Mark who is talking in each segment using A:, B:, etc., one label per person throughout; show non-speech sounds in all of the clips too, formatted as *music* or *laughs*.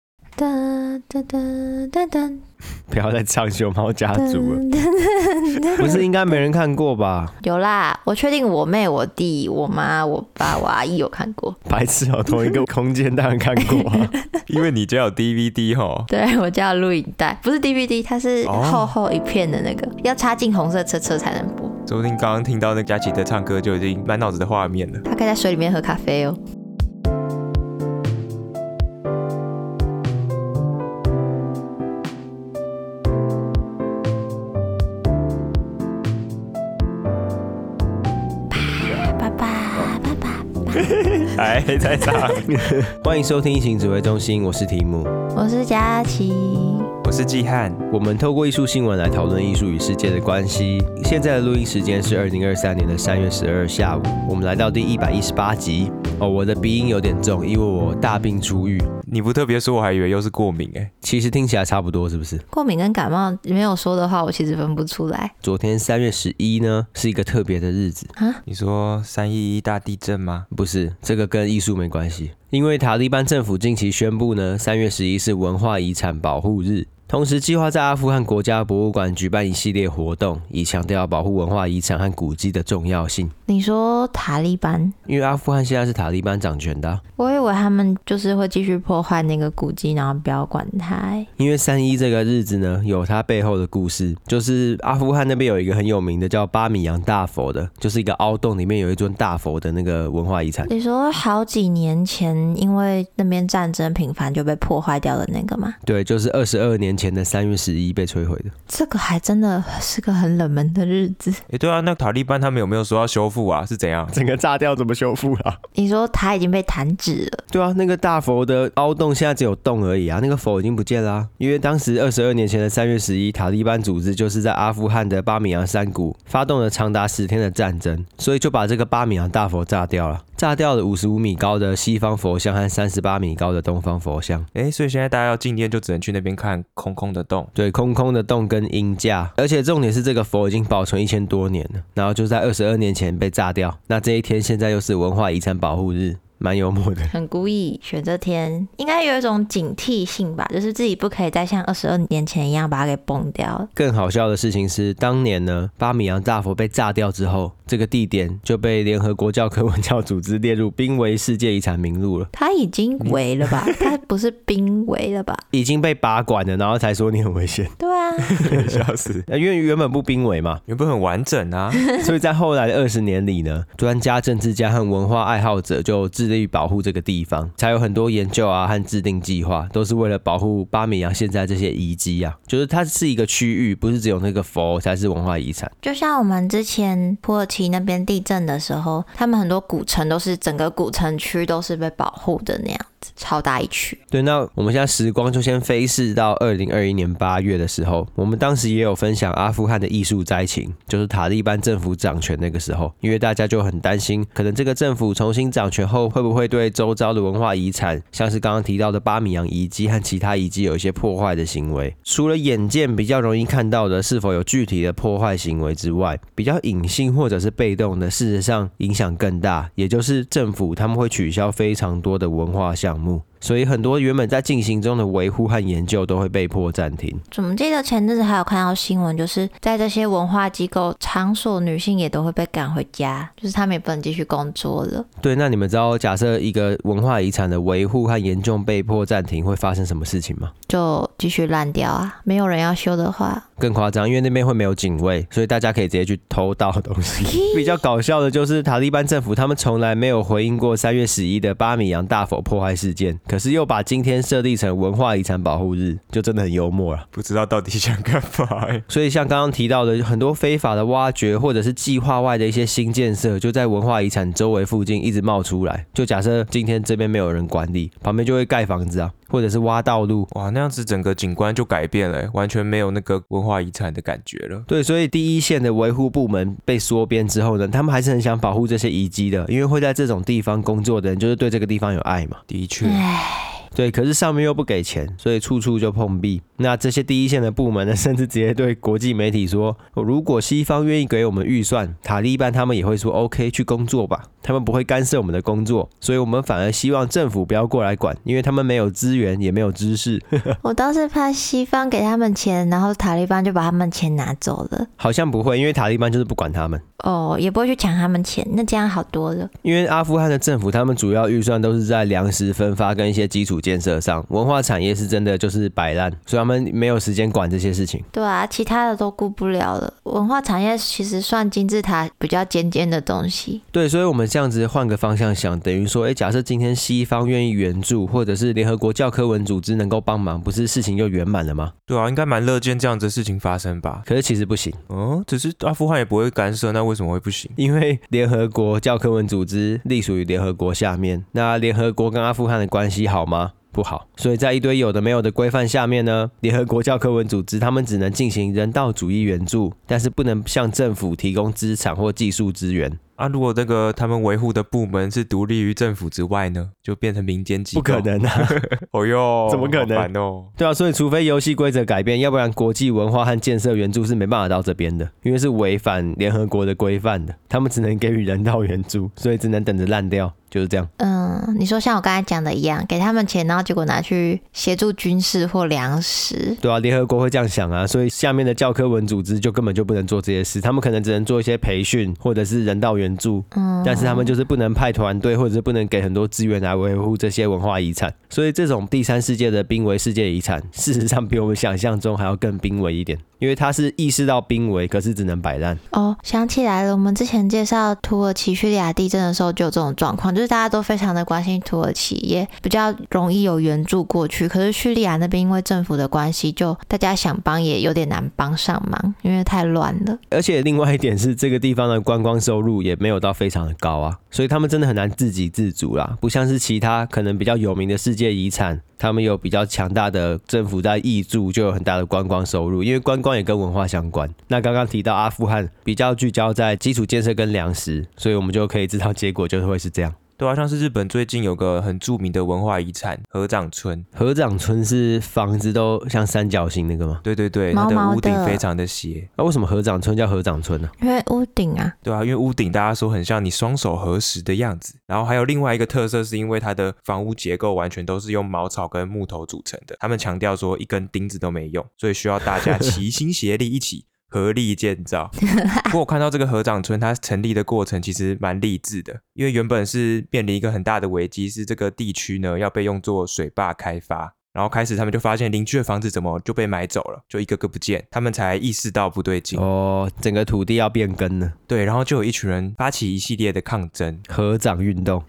A: 啊噔噔噔噔
B: 不要再唱《熊猫家族》了，
A: 噔噔噔，
B: 不是应该没人看过吧？
A: 有啦，我确定我妹、我弟、我妈、我爸、我阿姨有看过。
B: 白痴哦、同一个空间当然看过啊。
C: 因为你家有 DVD 吼，
A: *laughs* 对我家有录影带，不是 DVD，它是
C: 哦
A: 厚厚一片的那个，要插进红色车车才能播。
C: 说不定刚刚听到那个佳琪在唱歌，就已经满脑子的画面了。
A: 它可以在水里面喝咖啡哦。爸爸爸爸爸爸
C: 还在唱，
B: 哎欢迎收听疫情指挥中心，我是提姆。
A: 我是佳琪，
C: 我是季汉，
B: 我们透过艺术新闻来讨论艺术与世界的关系。现在的录音时间是二零二三年的三月十二下午，我们来到第一百一十八集。哦，我的鼻音有点重，因为我大病初愈。
C: 你不特别说，我还以为又是过敏哎、
B: 其实听起来差不多，是不是？
A: 过敏跟感冒没有说的话，我其实分不出来。
B: 昨天三月十一呢，是一个特别的日子，
A: 啊
C: 你说三一一大地震吗？
B: 不是这个跟艺术没关系，因为塔利班政府近期宣布呢，三月十一是文化遗产保护日，同时计划在阿富汗国家博物馆举办一系列活动，以强调保护文化遗产和古迹的重要性。
A: 你说塔利班，
B: 因为阿富汗现在是塔利班掌权的啊、
A: 我以为他们就是会继续破坏那个古迹，然后不要管它、欸
B: 因为三一这个日子呢，有它背后的故事，就是阿富汗那边有一个很有名的叫巴米扬大佛的，就是一个凹洞里面有一尊大佛的那个文化遗产。
A: 你说好几年前，因为那边战争频繁就被破坏掉的那个吗？
B: 对，就是二十二年前的三月十一被摧毁的。
A: 这个还真的是个很冷门的日子。
C: 哎、对啊，那塔利班他们有没有说要修复啊？是怎样？
B: 整个炸掉怎么修复啊？
A: 你说它已经被弹指了，
B: 对啊，那个大佛的凹洞现在只有洞而已啊，那个佛已经不见啦、因为当时二十二年前的三月十一，塔利班组织就是在阿富汗的巴米扬山谷发动了长达十天的战争，所以就把这个巴米扬大佛炸掉了，炸掉了五十五米高的西方佛像和三十八米高的东方佛像。
C: 哎、所以现在大家要进店就只能去那边看空空的洞。
B: 对，空空的洞跟鹰架，而且重点是这个佛已经保存一千多年了，然后就在二十二年前被炸掉。那这一天现在又是文化遗产保护日，蛮幽默的。
A: 很故意选这天，应该有一种警惕性吧，就是自己不可以再像二十二年前一样把它给崩掉。
B: 更好笑的事情是，当年呢，巴米扬大佛被炸掉之后，这个地点就被联合国教科文教组织列入濒危世界遗产名录了，
A: 它已经围了吧？它不是濒危了吧？
B: *laughs* 已经被拔管了，然后才说你很危险，
A: 对啊，
C: 笑死，
B: *laughs* 呃因为原本不濒危 *laughs* 嘛，
C: 原本很完整啊。
B: 所以在后来的二十年里呢，专家、政治家和文化爱好者就致力于保护这个地方，才有很多研究啊和制定计划，都是为了保护巴米扬现在这些遗迹啊，就是它是一个区域，不是只有那个佛才是文化遗产。
A: 就像我们之前土耳其那边地震的时候，他们很多古城都是整个古城区都是被保护的那样子，超大一区。
B: 对，那我们现在时光就先飞逝到二零二一年八月的时候，我们当时也有分享阿富汗的艺术灾情，就是塔利班政府掌权那个时候，因为大家就很担心，可能这个政府重新掌权后，会不会对周遭的文化遗产，像是刚刚提到的巴米扬遗迹和其他遗迹有一些破坏的行为？除了眼见比较容易看到的是否有具体的破坏行为之外，比较隐性或者是被动的，事实上影响更大，也就是政府他们会取消非常多的文化项目。所以很多原本在进行中的维护和研究都会被迫暂停。
A: 怎么记得前阵子还有看到新闻，就是在这些文化机构场所，女性也都会被赶回家，就是她们也不能继续工作了。
B: 对，那你们知道假设一个文化遗产的维护和研究被迫暂停会发生什么事情吗？
A: 就继续烂掉啊！没有人要修的话，
B: 更夸张，因为那边会没有警卫，所以大家可以直接去偷盗东西。比较搞笑的就是塔利班政府，他们从来没有回应过三月十一的巴米扬大佛破坏事件，可是又把今天设立成文化遗产保护日，就真的很幽默了。啊
C: 不知道到底想干嘛、欸。
B: 所以像刚刚提到的，很多非法的挖掘或者是计划外的一些新建设，就在文化遗产周围附近一直冒出来。就假设今天这边没有人管理，旁边就会盖房子啊，或者是挖道路。
C: 哇，那样子整个景观就改变了欸、完全没有那个文化遗产的感觉了。
B: 对，所以第一线的维护部门被缩编之后呢，他们还是很想保护这些遗迹的，因为会在这种地方工作的人，就是对这个地方有爱嘛。
A: 嗯
C: 的确，
A: 唉，
B: 对，可是上面又不给钱，所以处处就碰壁。那这些第一线的部门呢， *laughs* 甚至直接对国际媒体说，如果西方愿意给我们预算，塔利班他们也会说 OK 去工作吧，他们不会干涉我们的工作，所以我们反而希望政府不要过来管，因为他们没有资源也没有知识， *laughs*
A: 我倒是怕西方给他们钱，然后塔利班就把他们钱拿走了。
B: 好像不会，因为塔利班就是不管他们。
A: 哦，也不会去抢他们钱，那这样好多了。
B: 因为阿富汗的政府，他们主要预算都是在粮食分发跟一些基础建设上，文化产业是真的就是摆烂，所以他们没有时间管这些事情。
A: 对啊，其他的都顾不了了。文化产业其实算金字塔比较尖尖的东西。
B: 对，所以我们这样子换个方向想，等于说，诶，假设今天西方愿意援助，或者是联合国教科文组织能够帮忙，不是事情就圆满了吗？
C: 对啊，应该蛮乐见这样子的事情发生吧？
B: 可是其实不行，
C: 哦，只是阿富汗也不会干涉，那为什么会不行？
B: 因为 *laughs* 联合国教科文组织隶属于联合国下面，那联合国跟阿富汗的关系好吗？不好，所以在一堆有的没有的规范下面呢，联合国教科文组织他们只能进行人道主义援助，但是不能向政府提供资产或技术资源，
C: 啊，如果那个他们维护的部门是独立于政府之外呢，就变成民间机构？
B: 不可！能啊！
C: 哦哟，
B: 怎么可能
C: 好烦哦！
B: 对啊，所以除非游戏规则改变，要不然国际文化和建设援助是没办法到这边的，因为是违反联合国的规范的，他们只能给予人道援助，所以只能等着烂掉，就是这样。
A: 嗯，你说像我刚才讲的一样，给他们钱，然后结果拿去协助军事或粮食。
B: 对啊，联合国会这样想啊，所以下面的教科文组织就根本就不能做这些事，他们可能只能做一些培训或者是人道援助，
A: 嗯，
B: 但是他们就是不能派团队，或者是不能给很多资源来维护这些文化遗产，所以这种第三世界的濒危世界遗产，事实上比我们想象中还要更濒危一点，因为它是意识到濒危，可是只能摆烂。
A: 哦，想起来了，我们之前介绍土耳其叙利亚地震的时候就有这种状况，就是大家都非常的关心土耳其，也比较容易有援助过去。可是叙利亚那边因为政府的关系，就大家想帮也有点难帮上忙，因为太乱了。
B: 而且另外一点是，这个地方的观光收入也没有到非常的高啊，所以他们真的很难自给自足啦，不像是其他可能比较有名的世界遗产，他们有比较强大的政府在挹注，就有很大的观光收入，因为观光也跟文化相关。那刚刚提到阿富汗比较聚焦在基础建设跟粮食，所以我们就可以知道结果就会是这样。
C: 对啊，像是日本最近有个很著名的文化遗产——合掌村。
B: 河长村是房子都像三角形那个吗？
C: 对对对，
A: 毛
C: 它
A: 毛
C: 的屋顶
A: 的
C: 非常的斜。
B: 那、为什么河长村叫河长村呢、
A: 因为屋顶啊，
C: 对啊，因为屋顶大家说很像你双手合十的样子。然后还有另外一个特色，是因为它的房屋结构完全都是用茅草跟木头组成的。他们强调说一根钉子都没用，所以需要大家齐心协力一起。合力建造。不过我看到这个合掌村，它成立的过程其实蛮励志的，因为原本是面临一个很大的危机，是这个地区呢要被用作水坝开发。然后开始他们就发现邻居的房子怎么就被买走了，就一个个不见，他们才意识到不对劲。
B: 哦，整个土地要变更 *laughs* 了，
C: 对，然后就有一群人发起一系列的抗争，
B: 河长运动。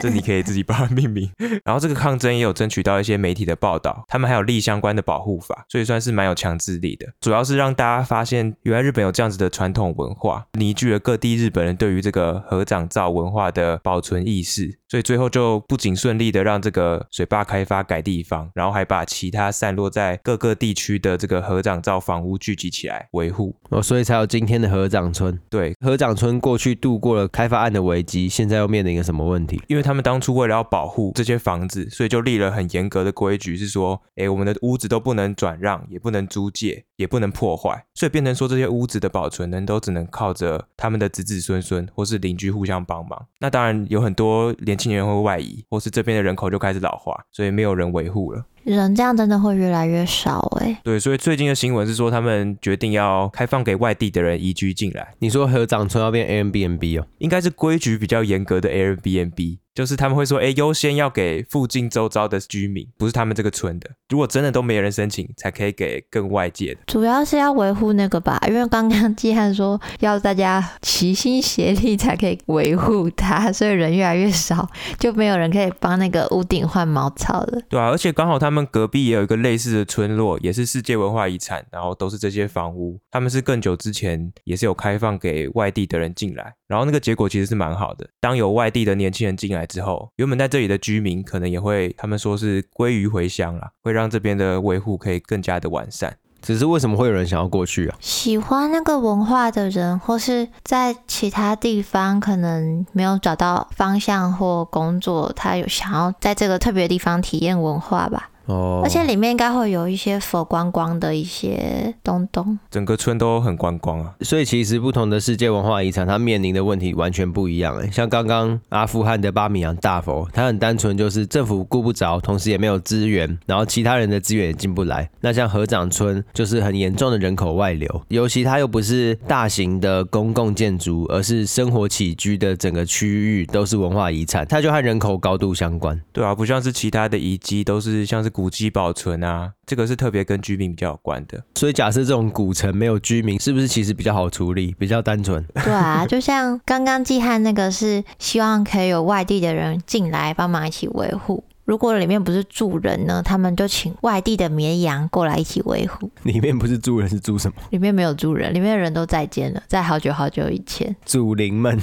C: 这你可以自己帮它命名。 *laughs* 然后这个抗争也有争取到一些媒体的报道，他们还有立相关的保护法，所以算是蛮有强制力的。主要是让大家发现，原来日本有这样子的传统文化，凝聚了各地日本人对于这个合掌造文化的保存意识。所以最后就不仅顺利的让这个水坝开发改地方，然后还把其他散落在各个地区的这个合掌造房屋聚集起来维护。
B: 哦，所以才有今天的河长村。
C: 对，
B: 河长村过去度过了开发案的危机，现在又面临一个什么问题？
C: 因为他们当初为了要保护这些房子，所以就立了很严格的规矩，是说，诶，我们的屋子都不能转让，也不能租借，也不能破坏，所以变成说这些屋子的保存呢，都只能靠着他们的子子孙孙或是邻居互相帮忙。那当然有很多年轻人会外移，或是这边的人口就开始老化，所以没有人维护了。
A: 人这样真的会越来越少哎、
C: 对，所以最近的新闻是说，他们决定要开放给外地的人移居进来。
B: 你说河长村要变 Airbnb 哦？
C: 应该是规矩比较严格的 Airbnb，就是他们会说，哎，优先要给附近周遭的居民，不是他们这个村的。如果真的都没人申请，才可以给更外界的。
A: 主要是要维护那个吧，因为刚刚季汉说要大家齐心协力才可以维护它，所以人越来越少，就没有人可以帮那个屋顶换茅草了。
C: 对啊，而且刚好他们隔壁也有一个类似的村落，也是世界文化遗产，然后都是这些房屋，他们是更久之前也是有开放给外地的人进来，然后那个结果其实是蛮好的。当有外地的年轻人进来之后，原本在这里的居民可能也会，他们说是归于回乡啦，会让这边的维护可以更加的完善。
B: 只是为什么会有人想要过去啊？
A: 喜欢那个文化的人，或是在其他地方可能没有找到方向或工作，他有想要在这个特别地方体验文化吧。
B: 哦，
A: 而且里面应该会有一些佛光光的一些东东。
C: 整个村都很观光啊。
B: 所以其实不同的世界文化遗产，它面临的问题完全不一样。欸诶，像刚刚阿富汗的巴米扬大佛，它很单纯，就是政府顾不着，同时也没有资源，然后其他人的资源也进不来。那像河长村就是很严重的人口外流，尤其它又不是大型的公共建筑，而是生活起居的整个区域都是文化遗产，它就和人口高度相关。
C: 对啊，不像是其他的遗迹，都是像是古迹保存啊，这个是特别跟居民比较有关的。
B: 所以假设这种古城没有居民，是不是其实比较好处理，比较单纯？
A: *laughs* 对啊，就像刚刚季汉那个是希望可以有外地的人进来帮忙一起维护。如果里面不是住人呢，他们就请外地的绵羊过来一起维护。
B: 里面不是住人， *laughs* 是住什么？
A: 里面没有住人，里面的人都再见了，在好久好久以前
B: 祖灵们。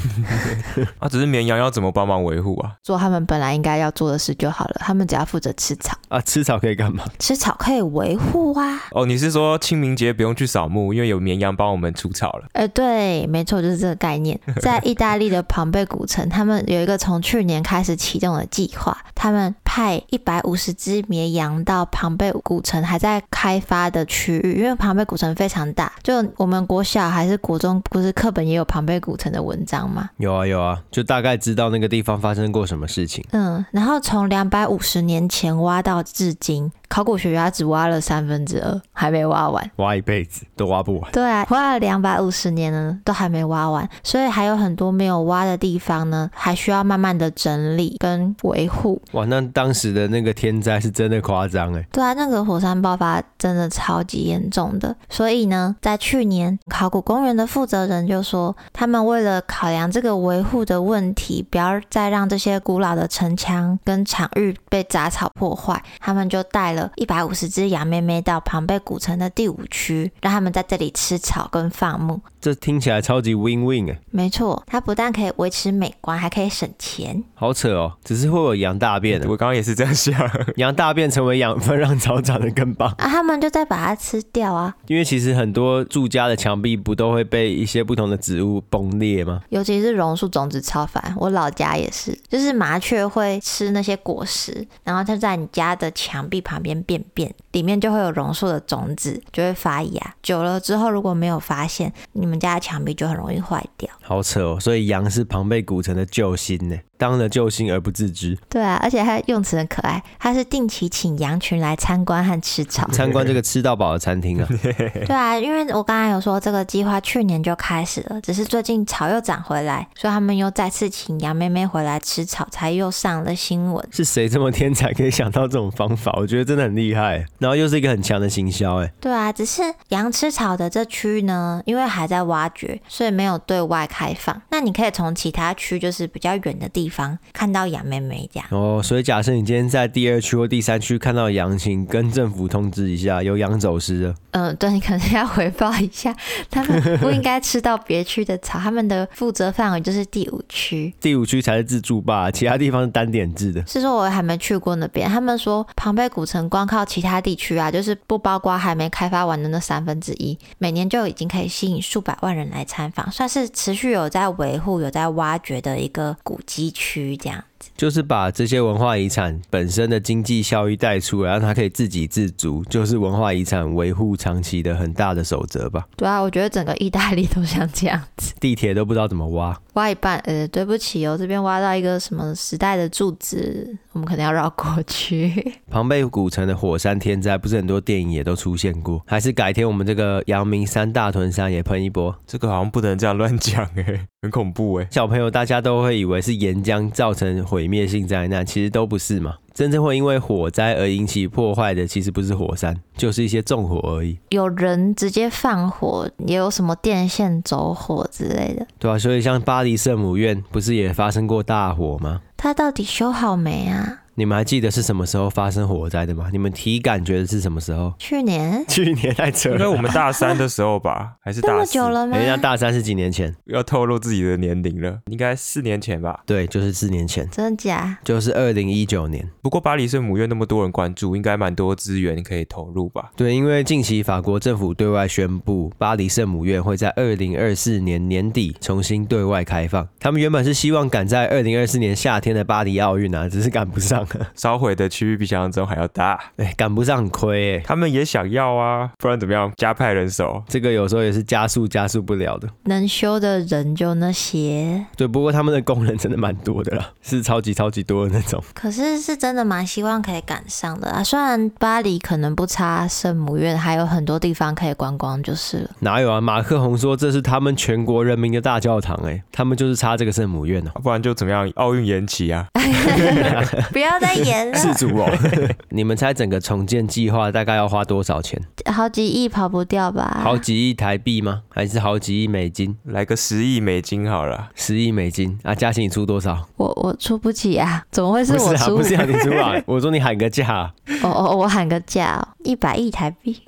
C: 啊，只是绵羊要怎么帮忙维护啊？
A: 做他们本来应该要做的事就好了。他们只要负责吃草，
B: 啊，吃草可以干嘛？
A: 吃草可以维护啊。
C: 哦，你是说清明节不用去扫墓，因为有绵羊帮我们除草了？
A: 呃，对，没错，就是这个概念。在意大利的庞贝古城，他们有一个从去年开始启动的计划，他们派一百五十只绵羊到庞贝古城还在开发的区域，因为庞贝古城非常大，就我们国小还是国中，不是课本也有庞贝古城的文章吗？
B: 有啊有啊，就大概知道那个地方发生过什么事情。
A: 嗯，然后从两百五十年前挖到至今，考古学家只挖了三分之二，还没挖完。
B: 挖一辈子都挖不完。
A: 对啊，挖了两百五十年呢，都还没挖完，所以还有很多没有挖的地方呢，还需要慢慢的整理跟维护。
B: 哇，那当时的那个天灾是真的夸张哎。
A: 对啊，那个火山爆发真的超级严重的，所以呢，在去年考古公园的负责人就说，他们为了考量这个维护的问题，不要再让这些古老的城墙跟场域被杂草破坏，他们就带了一百五十只羊妹妹到庞贝古城的第五区，让他们在这里吃草跟放牧。
B: 这听起来超级 win win 哎，
A: 没错，它不但可以维持美观，还可以省钱。
B: 好扯哦。只是会有羊大便的，
C: 我刚刚也是这样想。 *laughs*
B: 羊大便成为养分，让草长得更棒。
A: 啊，他们就在把它吃掉啊！
B: 因为其实很多住家的墙壁不都会被一些不同的植物崩裂吗？
A: 尤其是榕树种子超烦，我老家也是，就是麻雀会吃那些果实，然后它在你家的墙壁旁边便便，里面就会有榕树的种子，就会发芽。久了之后，如果没有发现，你们家的墙壁就很容易坏掉。
B: 好扯哦。所以羊是庞贝古城的救星呢，当了救星而不自知。
A: 对啊，而且它用词很可爱，它是定期请羊群来参观和吃草。
B: 参观这个吃到饱的餐厅啊，
A: 对啊，因为我刚才有说这个计划去年就开始了，只是最近草又长回来，所以他们又再次请杨妹妹回来吃草，才又上了新闻。
B: 是谁这么天才可以想到这种方法？我觉得真的很厉害。然后又是一个很强的行销哎。
A: 对啊，只是羊吃草的这区域呢，因为还在挖掘，所以没有对外开放。那你可以从其他区，就是比较远的地方看到杨妹妹这样。
B: 哦，所以假设你今天在第二区或第三区看到羊，请跟政府通知一下，有羊走失了。
A: 嗯，对 *laughs* 你可能要回报一下，他们不应该吃到别区的草，他们的负责范围就是第五区。
B: 第五区才是自助吧，其他地方是单点制的。
A: 是说我还没去过那边，他们说庞贝古城光靠其他地区啊，就是不包括还没开发完的那三分之一，每年就已经可以吸引数百万人来参访，算是持续有在维护、有在挖掘的一个古迹区这样。
B: 就是把这些文化遗产本身的经济效益带出来，让它可以自给自足，就是文化遗产维护长期的很大的守则吧。
A: 对啊，我觉得整个意大利都像这 *laughs* 样子，
B: 地铁都不知道怎么挖，
A: 挖一半，呃，对不起哦，这边挖到一个什么时代的柱子，我们可能要绕过去。 *laughs*
B: 庞贝古城的火山天灾，不是很多电影也都出现过？还是改天我们这个阳明山大屯山也喷一波？
C: 这个好像不能这样乱讲哎、很恐怖哎、
B: 小朋友大家都会以为是岩浆造成毁灭性灾难，其实都不是嘛。真正会因为火灾而引起破坏的，其实不是火山，就是一些纵火而已，
A: 有人直接放火，也有什么电线走火之类的，
B: 对啊，所以像巴黎圣母院不是也发生过大火吗？
A: 它到底修好没啊？？
B: 你们还记得是什么时候发生火灾的吗？你们体感觉得是什么时候
A: 去年
B: 去年太扯
C: 因为
B: 了。
C: 我们大三的时候吧，还是
A: 这
C: 大
A: 么
C: 四
A: 久了吗？
B: 人家大三是几年前？
C: 要透露自己的年龄了，应该四年前吧。
B: 对，就是四年前，
A: 真的假？
B: 就是二零一九年。
C: 不过巴黎圣母院那么多人关注，应该蛮多资源可以投入吧？
B: 对，因为近期法国政府对外宣布，巴黎圣母院会在二零二四年年底重新对外开放。他们原本是希望赶在二零二四年夏天的巴黎奥运啊，只是赶不上，
C: 烧毁的区域比想象中还要大，
B: *laughs* 哎，赶不上很亏哎、
C: 他们也想要啊，不然怎么样加派人手？
B: 这个有时候也是加速加速不了的。
A: 能修的人就那些，
B: 对，不过他们的工人真的蛮多的啦，是超级超级多的那种。
A: 可是是真的蛮希望可以赶上的啊。虽然巴黎可能不差圣母院，还有很多地方可以观光就是
B: *laughs*
A: 了。
B: 哪有啊？马克宏说这是他们全国人民的大教堂哎、他们就是差这个圣母院呢、啊。
C: 不然就怎么样？奥运延
B: *laughs*
C: 期啊？
A: 不要再演了，
B: 主哦，你们猜整个重建计划大概要花多少钱？
A: 好几亿跑不掉吧？
B: 好几亿台币吗？还是好几亿美金？
C: *laughs* 来个十亿美金好了，
B: 十亿美金啊！嘉欣，你出多少？
A: 我我出不起啊，怎么会是
B: 不
A: 我
B: 是啊，
A: 出？
B: 不是啊，你出 *laughs* 啊！我说你喊个价，
A: 哦哦，我喊个价、哦，一百亿台币。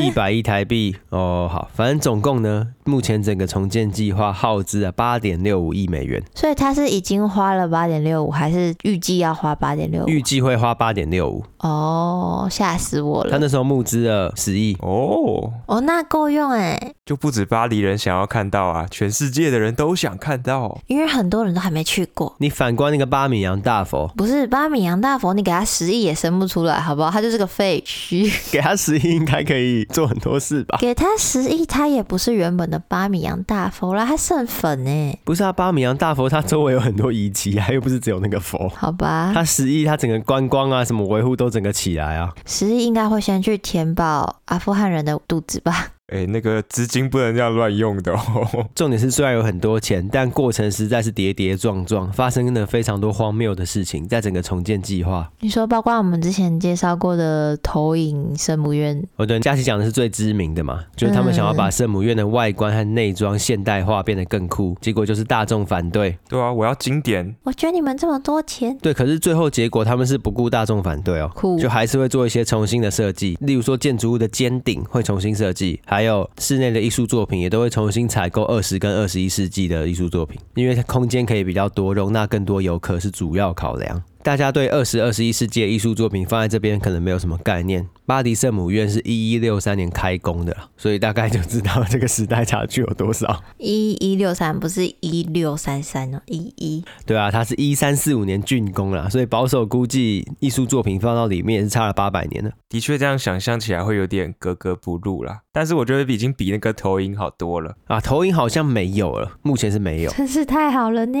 B: 一百亿台币哦。好，反正总共呢，目前整个重建计划耗资啊八点六五亿美元，
A: 所以他是已经花了八点六五，还是预计要花八点六五？
B: 预计会花八点六五。
A: 哦，吓死我
B: 他
A: 了！
B: 那时候募资了十亿，
C: 哦，
A: 哦，那够用哎，
C: 就不止巴黎人想要看到啊，全世界的人都想看到。
A: 因为很多人都还没去过。
B: 你反观那个巴米扬大佛，
A: 不是巴米扬大佛，你给他十亿也生不出来，好不好？他就是个废墟。
B: 给他十亿应该可以做很多事吧？
A: *laughs* 给他十亿，他也不是原本的巴米扬大佛啦，他剩粉哎，
B: 不是啊，巴米扬大佛它周围有很多遗迹啊，又不是只有那个佛。
A: 好吧。
B: 它十亿，它整个观光啊，什么维护都整个起来啊。
A: 十亿应该会先去填饱阿富汗人的肚子吧？ *laughs*
C: 哎、那个资金不能这样乱用的哦。 *laughs*
B: 重点是，虽然有很多钱，但过程实在是跌跌撞撞，发生了非常多荒谬的事情，在整个重建计划。
A: 你说，包括我们之前介绍过的投影圣母院，
B: 哦，对，佳琪讲的是最知名的嘛，就是他们想要把圣母院的外观和内装现代化，变得更酷，结果就是大众反对。
C: 对啊，我要经典，
A: 我捐你们这么多钱，
B: 对，可是最后结果他们是不顾大众反对哦，
A: 酷
B: 就还是会做一些重新的设计，例如说建筑物的尖顶会重新设计，还有室内的艺术作品也都会重新采购二十跟二十一世纪的艺术作品，因为它空间可以比较多，容纳更多游客是主要考量。大家对二十二十一世纪的艺术作品放在这边可能没有什么概念。巴黎圣母院是一一六三年开工的啦，所以大概就知道这个时代差距有多少。
A: 一一六三不是一六三三哦，一一
B: 对啊，它是一三四五年竣工啦，所以保守估计艺术作品放到里面也是差了八百年的。
C: 的确这样想象起来会有点格格不入啦。但是我觉得已经比那个投影好多了。
B: 啊，投影好像没有了，目前是没有。
A: 真是太好了呢！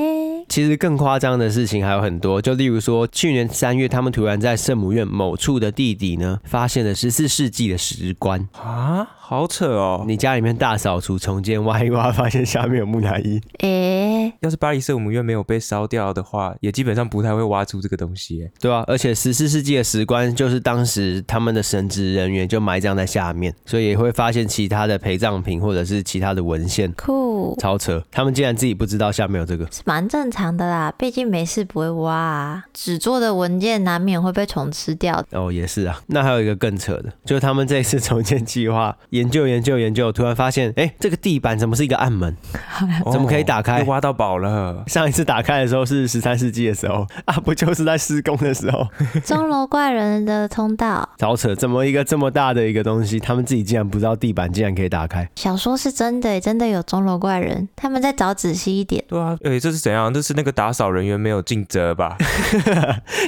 B: 其实更夸张的事情还有很多，就例如说，去年三月，他们突然在圣母院某处的地底呢，发现了十四世纪的石棺。
C: 啊，好扯哦！
B: 你家里面大扫除重建挖一挖，发现下面有木乃伊，
A: 诶、
C: 要是巴黎圣母院没有被烧掉的话，也基本上不太会挖出这个东西耶。
B: 对啊，而且十四世纪的石棺就是当时他们的神职人员就埋葬在下面，所以也会发现其他的陪葬品或者是其他的文献。
A: 酷
B: 超扯！他们竟然自己不知道下面有这个。
A: 是蛮正常的啦，毕竟没事不会挖啊，纸做的文件难免会被虫吃掉。
B: 哦，也是啊。那还有一个更扯的，就是他们这一次重建计划研究研究研究，突然发现，哎，这个地板怎么是一个暗门？ *laughs* 怎么可以打开
C: 哦又挖到宝了。
B: 上一次打开的时候是十三世纪的时候 *laughs* 啊，不就是在施工的时候？
A: 钟楼怪人的通道，
B: 超扯！怎么一个这么大的一个东西，他们自己竟然不知道地板竟然可以打开？ *laughs*
A: 小说是真的耶，欸真的有钟楼怪人，他们再找仔细一点。
C: 对啊，诶，这是怎样？这是那个打扫人员没有尽责吧？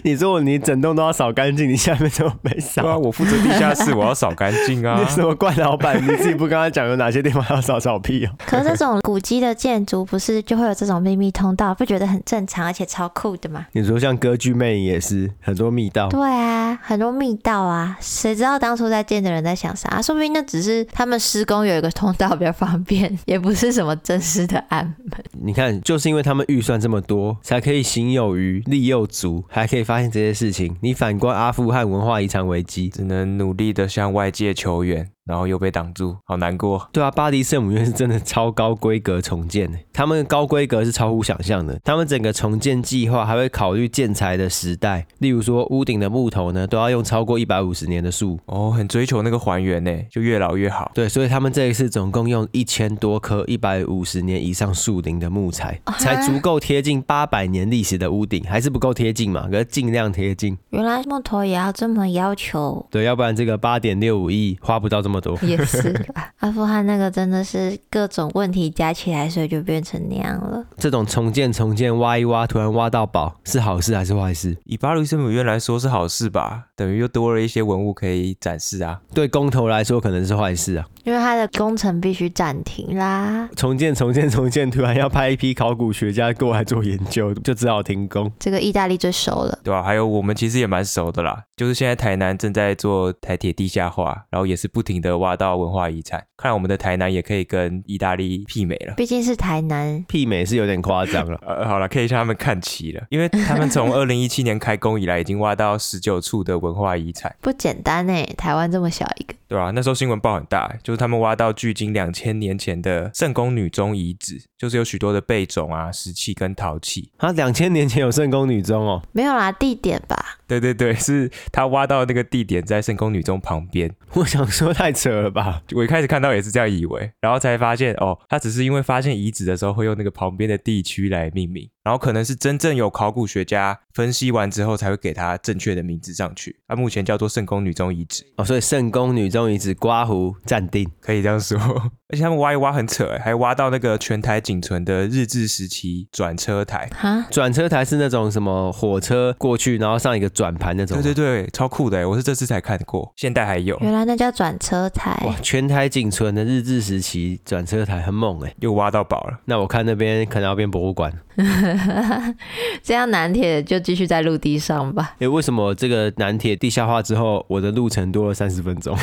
B: 你说你整栋都要扫干净，你下面怎么没
C: *laughs* 对啊，
B: 扫？
C: *laughs* 我负责地下室，我要扫干净 *laughs* 啊
B: 你。什么怪老板？你自己不跟他讲有哪些地方要扫扫屁哦？
A: 可是这种古迹的建筑不是就会有这种秘密通道，不觉得很正常，而且超酷的吗？
B: 你说像歌剧魅影也是很多密道，
A: 对啊，很多密道啊，谁知道当初在建的人在想啥？啊说不定那只是他们施工有一个通道比较方便，也不是什么真实的暗门。
B: 你看，就是因为他们预算这么多，才可以行有余，力又足，还可以发现这些事情。你反观阿富汗文化遗产危机，
C: 只能努力的向外界求援。然后又被挡住，好难过。
B: 对啊，巴黎圣母院是真的超高规格重建的，他们高规格是超乎想象的。他们整个重建计划还会考虑建材的时代，例如说屋顶的木头呢，都要用超过一百五十年的树。
C: 哦，很追求那个还原呢，就越老越好。
B: 对，所以他们这一次总共用一千多棵一百五十年以上树龄的木材，才足够贴近八百年历史的屋顶，还是不够贴近嘛？可是尽量贴近。
A: 原来木头也要这么要求，
B: 对，要不然这个八点六五亿花不到这么多。
A: *laughs* 也是啦。阿富汗那个真的是各种问题加起来，所以就变成那样了。
B: 这种重建重建挖一挖，突然挖到宝，是好事还是坏事？
C: 以巴黎圣母院来说是好事吧，等于又多了一些文物可以展示啊。
B: 对公投来说可能是坏事啊。
A: 因为它的工程必须暂停啦，
B: 重建重建重建，突然要派一批考古学家过来做研究，就只好停工。
A: 这个意大利最熟了。
C: 对吧、还有我们其实也蛮熟的啦，就是现在台南正在做台铁地下化，然后也是不停的挖到文化遗产，看来我们的台南也可以跟意大利媲美了。。
A: 毕竟是台南，
B: 媲美是有点夸张了
C: 呃，好了，可以向他们看齐了，因为他们从二零一七年开工以来，已经挖到十九处的文化遗产，
A: 不简单哎、台湾这么小一个，
C: 对吧、那时候新闻报很大，欸就是他们挖到距今两千年前的圣宫女中遗址，就是有许多的贝种啊、石器跟陶器。
B: 啊，两千年前有圣宫女中哦，
A: 没有啦，地点吧？
C: 对对对，是他挖到的那个地点在圣宫女中旁边，
B: 我想说太扯了吧？
C: 我一开始看到也是这样以为，然后才发现哦，他只是因为发现遗址的时候会用那个旁边的地区来命名，然后可能是真正有考古学家分析完之后才会给它正确的名字上去。它、目前叫做圣宫女中遗址，
B: 哦，所以圣宫女中遗址刮胡暂定，
C: 可以这样说。而且他们挖一挖很扯欸，还挖到那个全台仅存的日治时期转车台。
A: 哈，
B: 转车台是那种什么火车过去，然后上一个转盘那种。
C: 对对对，超酷的欸，我是这次才看过，现代还有。
A: 原来那叫转车
B: 哇
A: 台，，
B: 全台仅存的日治时期转车台很猛哎。
C: 又挖到宝了，
B: 那我看那边可能要变博物馆。
A: *laughs* 这样南铁就继续在陆地上 *laughs* 吧。
B: 哎，为什么这个南铁地下化之后，我的路程多了三十分钟？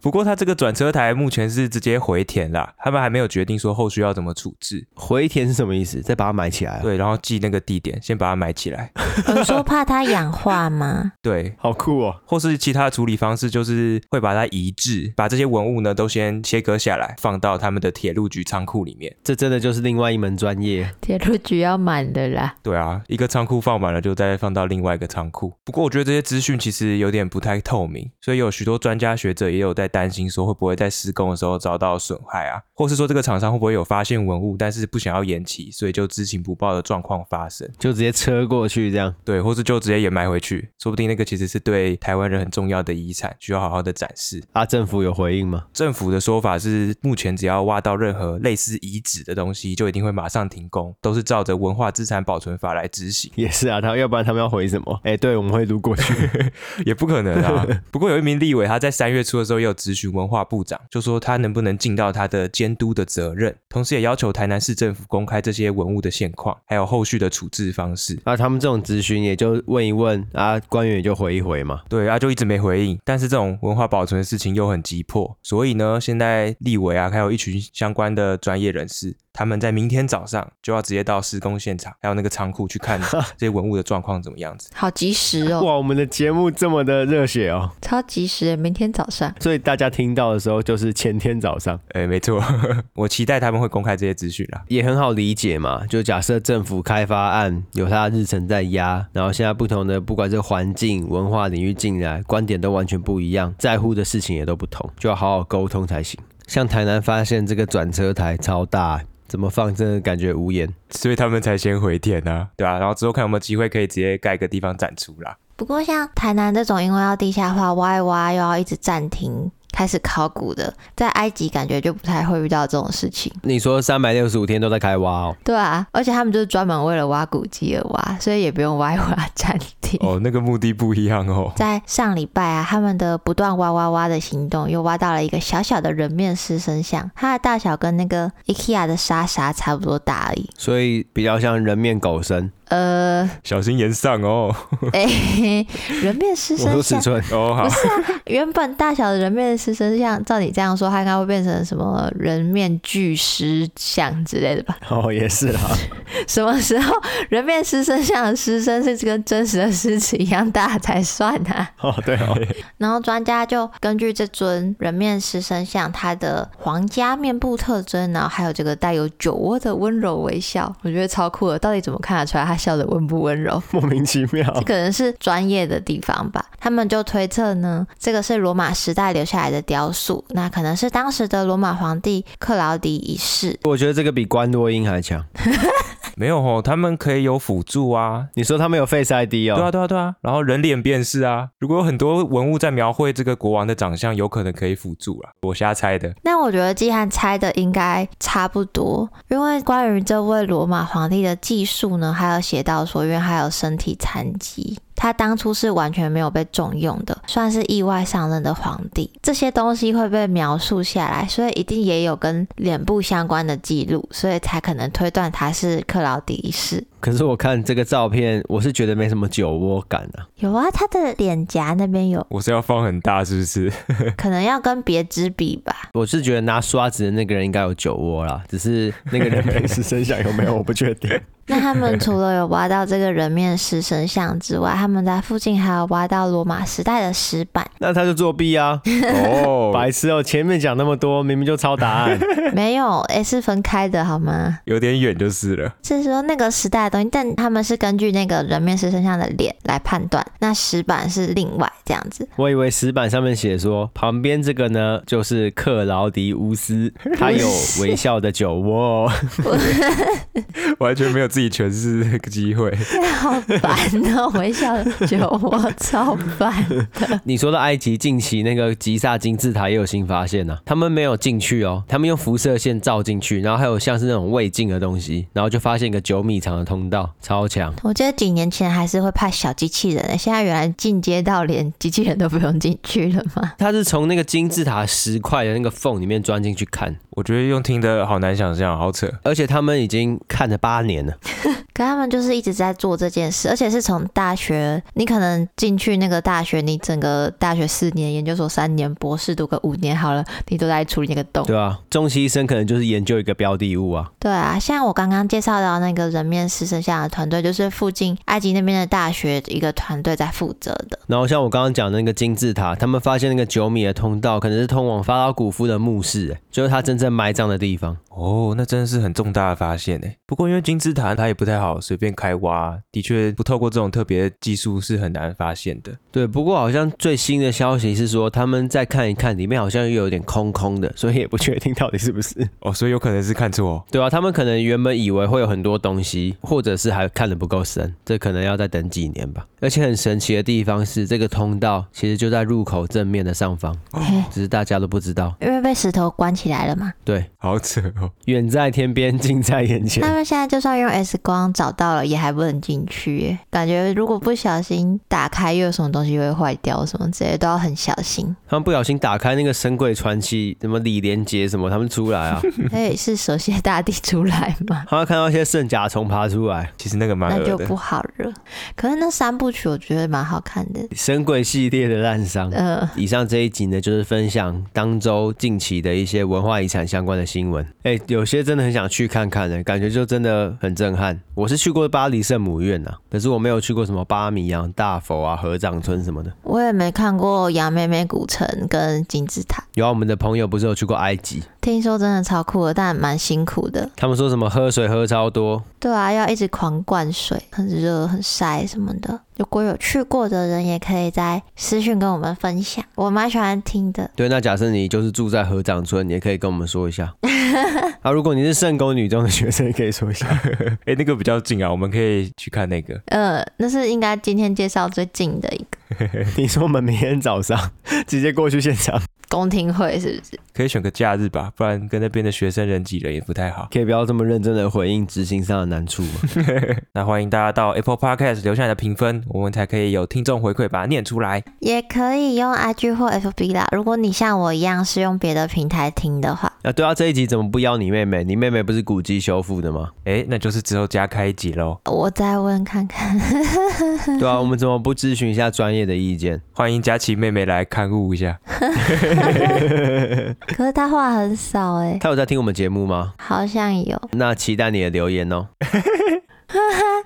C: 不过它这个转车台目前是直接回填啦，他们还没有决定说后续要怎么处置。
B: 回填是什么意思？再把它埋起来啊。
C: 对，然后记那个地点，先把它埋起来。 *laughs*
A: 有人说怕它氧化吗？
C: 对，
B: 好酷哦！
C: 或是其他的处理方式，就是会把它移置，把这些文物呢都先切割下来，放到他们的铁路局仓库里面。
B: 这真的就是另外一门专业。
A: 铁路局要满的啦。
C: 对啊，一个仓库放满了，就再放到另外一个仓库。不过我觉得这些资讯其实有点不太透明，所以有许多专家学者也有在担心，说会不会在施工的时候遭到损害啊，或是说这个厂商会不会有发现文物，但是不想要延期，所以就知情不报的状况发生。
B: 就直接车过去这样。
C: 对，或是就直接掩埋回去，说不定那个其实是对台湾人很重要的遗产，需要好好的展示。
B: 啊，政府有回应吗？
C: 政府的说法是，目前只要挖到任何类似遗址的东西，就一定会马上停工，都是照着文化资产保存法来执行，
B: 也是啊，他要不然他们要回什么？哎、对，我们会路过去。
C: 也不可能啊。不过有一名立委，他在三月初的时候也有咨询文化部长，就说他能不能尽到他的监督的责任，同时也要求台南市政府公开这些文物的现况，还有后续的处置方式。
B: *laughs* 啊，他们这种咨询也就问一问啊，官员也就回一回嘛。
C: 对啊，就一直没回应。但是这种文化保存的事情又很急迫，所以呢，现在立委啊，还有一群相关的专业人士，他们在明天早上就要直接到施工现场，还有那个仓库去 *laughs* 看这些文物的状况怎么样子。
A: 好及时哦，
B: 哇，我们的节目这么的热血哦，
A: 超及时！欸明天早上
B: 所以大家听到的时候就是前天早上，
C: 哎，没错， *laughs* 我期待他们会公开这些资讯啦。
B: 也很好理解嘛。就假设政府开发案有它的日程在压，然后现在不同的不管是环境、文化领域进来，观点都完全不一样，在乎的事情也都不同，就要好好沟通才行。像台南发现这个转车台超大、怎么放真的感觉无言。
C: 所以他们才先回填啊，对啊，然后之后看有没有机会可以直接盖个地方展出啦。
A: 不过像台南这种，因为要地下化挖一挖，又要一直暂停开始考古的，在埃及感觉就不太会遇到这种事情。
B: 你说三百六十五天都在开挖哦？
A: 对啊，而且他们就是专门为了挖古迹而挖，所以也不用挖一挖暂停。
C: 哦，那个目的不一样哦。
A: 在上礼拜啊，他们的不断挖挖挖的行动，又挖到了一个小小的人面狮身像，它的大小跟那个 IKEA 的莎莎差不多大而已。
B: 所以比较像人面狗身，
A: 呃， *laughs*
C: 小心延上哦。
A: 哎、人面狮
B: 我
A: 身
B: 说尺
A: 像，
B: 寸，
C: 哦，好
A: 不，是啊，原本大小的人面狮身像，照你这样说，它应该会变成什么人面巨狮像之类的吧？ *laughs*
B: 哦，也是啦。
A: 什么时候人面狮身像的狮身是跟真实的狮子一样大才算啊？
B: *laughs*
A: *laughs*
B: 哦，对哦，
A: 然后专家就根据这尊人面狮身像它的皇家面部特征，然后还有这个带有酒窝的温柔微笑，我觉得超酷的。到底怎么看得出来他笑的温不温柔？
B: 莫名其妙
A: 这。可能是专业的地方吧。他们就推测呢，这个是罗马时代留下来的雕塑，那可能是当时的罗马皇帝克劳迪一世。
B: 我觉得这个比关多音还强。
C: 没有哦，他们可以有辅助啊。
B: 你说他们有 Face ID
C: 对啊，
B: 哦？
C: 对啊，对啊，然后人脸辨识啊，如果有很多文物在描绘这个国王的长相，有可能可以辅助啊，我瞎猜的。
A: 那我觉得季汉猜的应该差不多，因为关于这位罗马皇帝的技术呢，还有写到说，因为他有身体残疾，他当初是完全没有被重用的，算是意外上任的皇帝。这些东西会被描述下来，所以一定也有跟脸部相关的记录，所以才可能推断他是克劳迪一世。
B: 可是我看这个照片，我是觉得没什么酒窝感啊。
A: 有啊，他的脸颊那边
C: *laughs*，
A: 有
C: 我是要放很大，是不是？
A: 可能要跟别支比吧。
B: 我是觉得拿刷子的那个人应该有酒窝啦，只是那个人平时声响有没有我不确定。
A: 那他们除了有挖到这个人面狮身像之外，他们在附近还有挖到罗马时代的石板。
B: 那他就作弊啊，
C: *laughs* 哦
B: 白痴哦！前面讲那么多，明明就抄答案。
A: 没有，诶，是分开的好吗？
C: 有点远就是了。
A: 是说那个时代的东西，但他们是根据那个人面狮身像的脸来判断，那石板是另外这样子。
B: 我以为石板上面写说，旁边这个呢就是克劳迪乌斯，他有微笑的酒窝哦。
C: 完全没有自己诠释的机会。
A: 好烦哦，微笑酒窝超烦。 *laughs*
B: 你说的埃及近期那个吉萨金字塔也有新发现呢、他们没有进去哦，他们用辐射线照进去，然后还有像是那种胃镜的东西，然后就发现一个九米长的通道，超强。
A: 我记得几年前还是会派小机器人，现在原来进阶到连机器人都不用进去了吗？
B: 它是从那个金字塔石块的那个缝里面钻进去看，
C: 我觉得用听的好难想象，好扯。
B: 而且他们已经看了八年了。
A: 可他们就是一直在做这件事，而且是从大学，你可能进去那个大学，你整个大学四年、研究所三年、博士读个五年好了，你都在处理那个洞。
B: 对啊，中期医生可能就是研究一个标的物啊。
A: 对啊，像我刚刚介绍到那个人面狮身像的团队，就是附近埃及那边的大学一个团队在负责的。
B: 然后像我刚刚讲的那个金字塔，他们发现那个九米的通道，可能是通往法老古夫的墓室，欸就是他真正埋葬的地方。
C: 哦，那真的是很重大的发现诶。不过因为金字塔它也不太好随便开挖，的确不透过这种特别的技术是很难发现的。
B: 对，不过好像最新的消息是说，他们再看一看，里面好像又有点空空的，所以也不确定到底是不是。
C: 哦，所以有可能是看错、哦。
B: 对啊，他们可能原本以为会有很多东西，或者是还看得不够深，这可能要再等几年吧。而且很神奇的地方是，这个通道其实就在入口正面的上方，
A: 嘿
B: 只是大家都不知道。
A: 因为被石头关起来了嘛，
B: 对，
C: 好扯哦，
B: 远在天边，近在眼前
A: 他。们现在就算用 S 光找到了，也还不能进去耶。感觉如果不小心打开，又有什么东西会坏掉，什么之类的都要很小心。
B: 他们不小心打开那个《神鬼传奇》，什么李连杰什么，他们出来啊，
A: 所以是蛇蝎大帝出来吗？
B: 他们看到一些圣甲虫爬出来，
C: 其实那个蛮
A: 那就
C: 恶
A: 不
C: 的。
A: 好了。可是那三部曲我觉得蛮好看的。
B: 神鬼系列的烂伤。
A: 呃，
B: 以上这一集呢，就是分享当周近期的一些文化遗产相关的新闻。哎、有些真的很想去看看的，感觉就真的很震撼。我是去过巴黎圣母院呐、可是我没有去过什么巴米扬大佛啊、合掌村什么的。
A: 我也没看过杨妹妹古城跟金字塔，
B: 有啊，我们的朋友不是有去过埃及，
A: 听说真的超酷的，但蛮辛苦的。
B: 他们说什么喝水喝超多，
A: 对啊，要一直狂灌水，很热、很晒什么的。如果有去过的人，也可以在私讯跟我们分享，我蛮喜欢听的。
B: 对，那假设你就是住在合掌村，你也可以跟我们说一下。啊，如果你是圣宫女中的学生，也可以说一下。 *laughs*
C: 哎，那个比较近啊，我们可以去看那个。
A: 呃，那是应该今天介绍最近的一个。
B: 你说我们明天早上直接过去现场，
A: 公听会是不是？
C: 可以选个假日吧，不然跟那边的学生人挤人也不太好。
B: 可以不要这么认真的回应执行上的难处吗？
C: 那欢迎大家到 Apple Podcast 留下你的评分，我们才可以有听众回馈把它念出来。
A: 也可以用 IG 或 FB 啦。如果你像我一样是用别的平台听的话，
B: 啊，对啊，这一集怎么不邀你妹妹？你妹妹不是古籍修复的吗？
C: 哎，那就是之后加开一集喽。
A: 我再问看看。
B: 对啊，我们怎么不咨询一下专业的意见？
C: 欢迎佳琪妹妹来看顾一下，
A: *laughs* 可是他话很少哎、
B: 她有在听我们节目吗？
A: 好像有。
B: 那期待你的留言哦。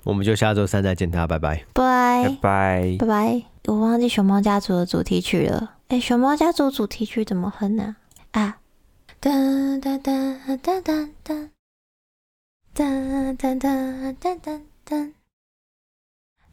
B: 我们就下周三再见，大家拜拜。
C: 拜
A: 拜
C: 拜。
A: 拜拜。我忘记熊猫家族的主题曲了。哎、熊猫家族主题曲怎么哼呢、啊？啊，噔噔噔噔噔噔噔噔噔噔噔